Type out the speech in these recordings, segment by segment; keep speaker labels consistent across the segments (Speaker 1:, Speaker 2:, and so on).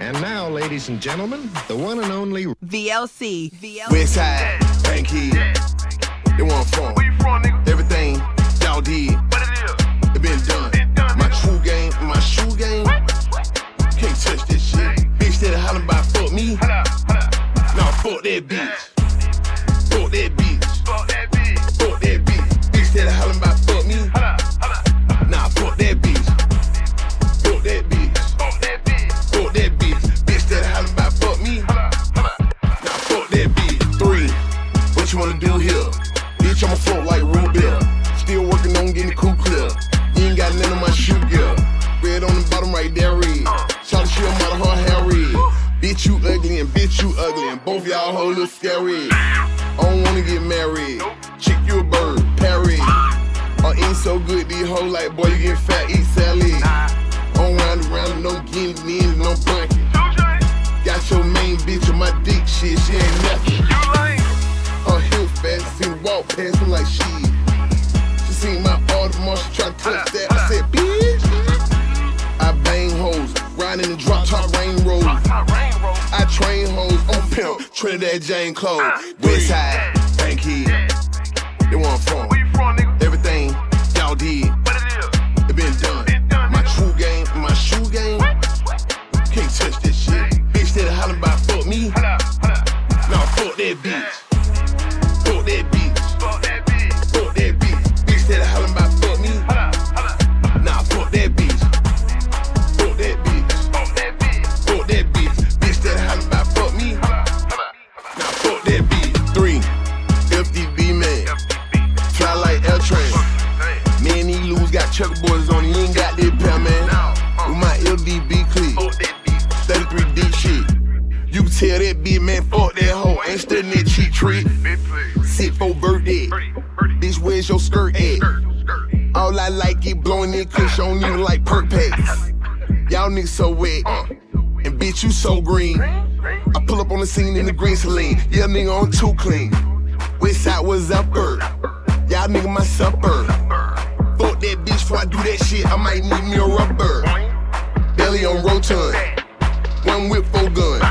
Speaker 1: And now, ladies and gentlemen, the one and only
Speaker 2: VLC. VLC.
Speaker 3: West side, bank head. They want form.
Speaker 4: Where you from, nigga?
Speaker 3: Everything y'all did,
Speaker 4: What it is?
Speaker 3: it been done.
Speaker 4: Been done,
Speaker 3: My
Speaker 4: nigga.
Speaker 3: true game, my shoe game, can't touch this shit. Bitch that hollering about fuck me,
Speaker 4: Hold up, hold up.
Speaker 3: nah fuck that bitch. Fuck that bitch,
Speaker 4: Fuck that bitch.
Speaker 3: fuck that bitch. Bitch that hollering about fuck me,
Speaker 4: Hold up, hold up.
Speaker 3: nah fuck that bitch. Fuck that bitch,
Speaker 4: Fuck that bitch.
Speaker 3: fuck that bitch. Bitch that hollering about fuck me,
Speaker 4: Hold up, hold up.
Speaker 3: Now fuck that beat. Three, what you wanna do here? Bitch, I'ma float like Rubel. Still working on getting the cool clear. You ain't got none of my shoe gear. Red on the bottom right there, red.
Speaker 4: Uh.
Speaker 3: Shout she a model, her hair red. Bitch, you ugly and bitch, you ugly. And both y'all hoes look scary. I don't wanna get married. Chick, you a bird, parry.
Speaker 4: Ah.
Speaker 3: I ain't so good, these hoes like, boy, you get fat, eat salad. On round and round, no getting in, no blanket.
Speaker 4: Two joints?
Speaker 3: Got your main bitch on my dick shit, she ain't nothing.
Speaker 4: You lame.
Speaker 3: Her heel fast, seen her walk past me like shit. She seen my Audemars, she try to touch that. I said, bitch. I bang hoes, riding in the drop top rain road.
Speaker 4: Fuck my rain, bro.
Speaker 3: I train hoes, I'm a pimp, Trinidad Jane Cole. West side, bank head, they want from.
Speaker 4: Where you from, nigga?
Speaker 3: Everything y'all did,
Speaker 4: What it is?
Speaker 3: it been done. My true game, my shoe game, can't touch this shit. Bitch that hollering about fuck me.
Speaker 4: Hold up, hold up.
Speaker 3: Nah, fuck that bitch. Fuck that bitch.
Speaker 4: Fuck that bitch.
Speaker 3: Fuck that bitch. Bitch that hollering about fuck me.
Speaker 4: Hold up, hold up.
Speaker 3: Nah, fuck that bitch. Fuck that bitch.
Speaker 4: Fuck that bitch.
Speaker 3: Fuck that bitch. Bitch that hollering about fuck me.
Speaker 4: Hold up, hold up.
Speaker 3: Nah, fuck that bitch. Three. FDB man. Fly like L train. Me and these lose got checkerboards on. He ain't got that pair, man. With my LDB clip. 33 D shit. You can tell that bitch, man, fuck that hoe. Ain't studying that cheat trick. Sit for birthday. Bitch, where's your skirt at? All I like is blowing in cause you don't even like perk packs. Y'all niggas so wet, uh, and bitch, you so green. I pull up on the scene in the green saline. Yeah, nigga, on too clean. West side was upper. Y'all nigga, my supper. Fuck that bitch before I do that shit. I might need me a rubber. Belly on rotund. One whip, four guns.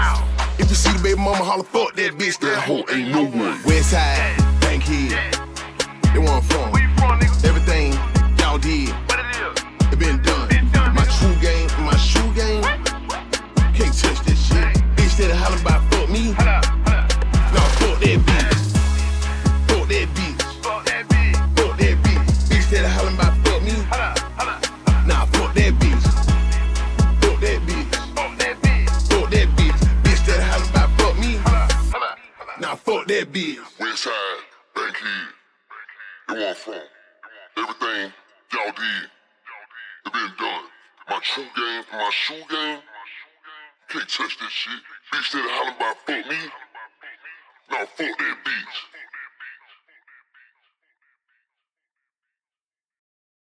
Speaker 3: If you see the baby mama holler, fuck that bitch. That hoe ain't no one. West side, bank head. They want from.
Speaker 4: Where you from, nigga?
Speaker 3: Everything y'all did,
Speaker 4: What it is?
Speaker 3: it been done.
Speaker 4: Been done,
Speaker 3: My
Speaker 4: nigga.
Speaker 3: true game, my shoe game, can't touch this shit. Bitch that hollering about fuck me,
Speaker 4: Hold up, hold up.
Speaker 3: nah fuck that bitch. Fuck that bitch,
Speaker 4: Fuck that bitch.
Speaker 3: fuck that bitch. Bitch that hollering about fuck me,
Speaker 4: Hold up, hold up.
Speaker 3: nah fuck that bitch. Fuck that bitch,
Speaker 4: Fuck that bitch.
Speaker 3: fuck that bitch. Bitch that hollering about fuck me,
Speaker 4: Hold up, hold up.
Speaker 3: nah fuck that bitch.
Speaker 5: Westside, Bank Head. It won't from. Everything y'all did, it been done. My true game, my shoe game, can't touch this shit. Bitch that hollering about fuck me. Now fuck that bitch.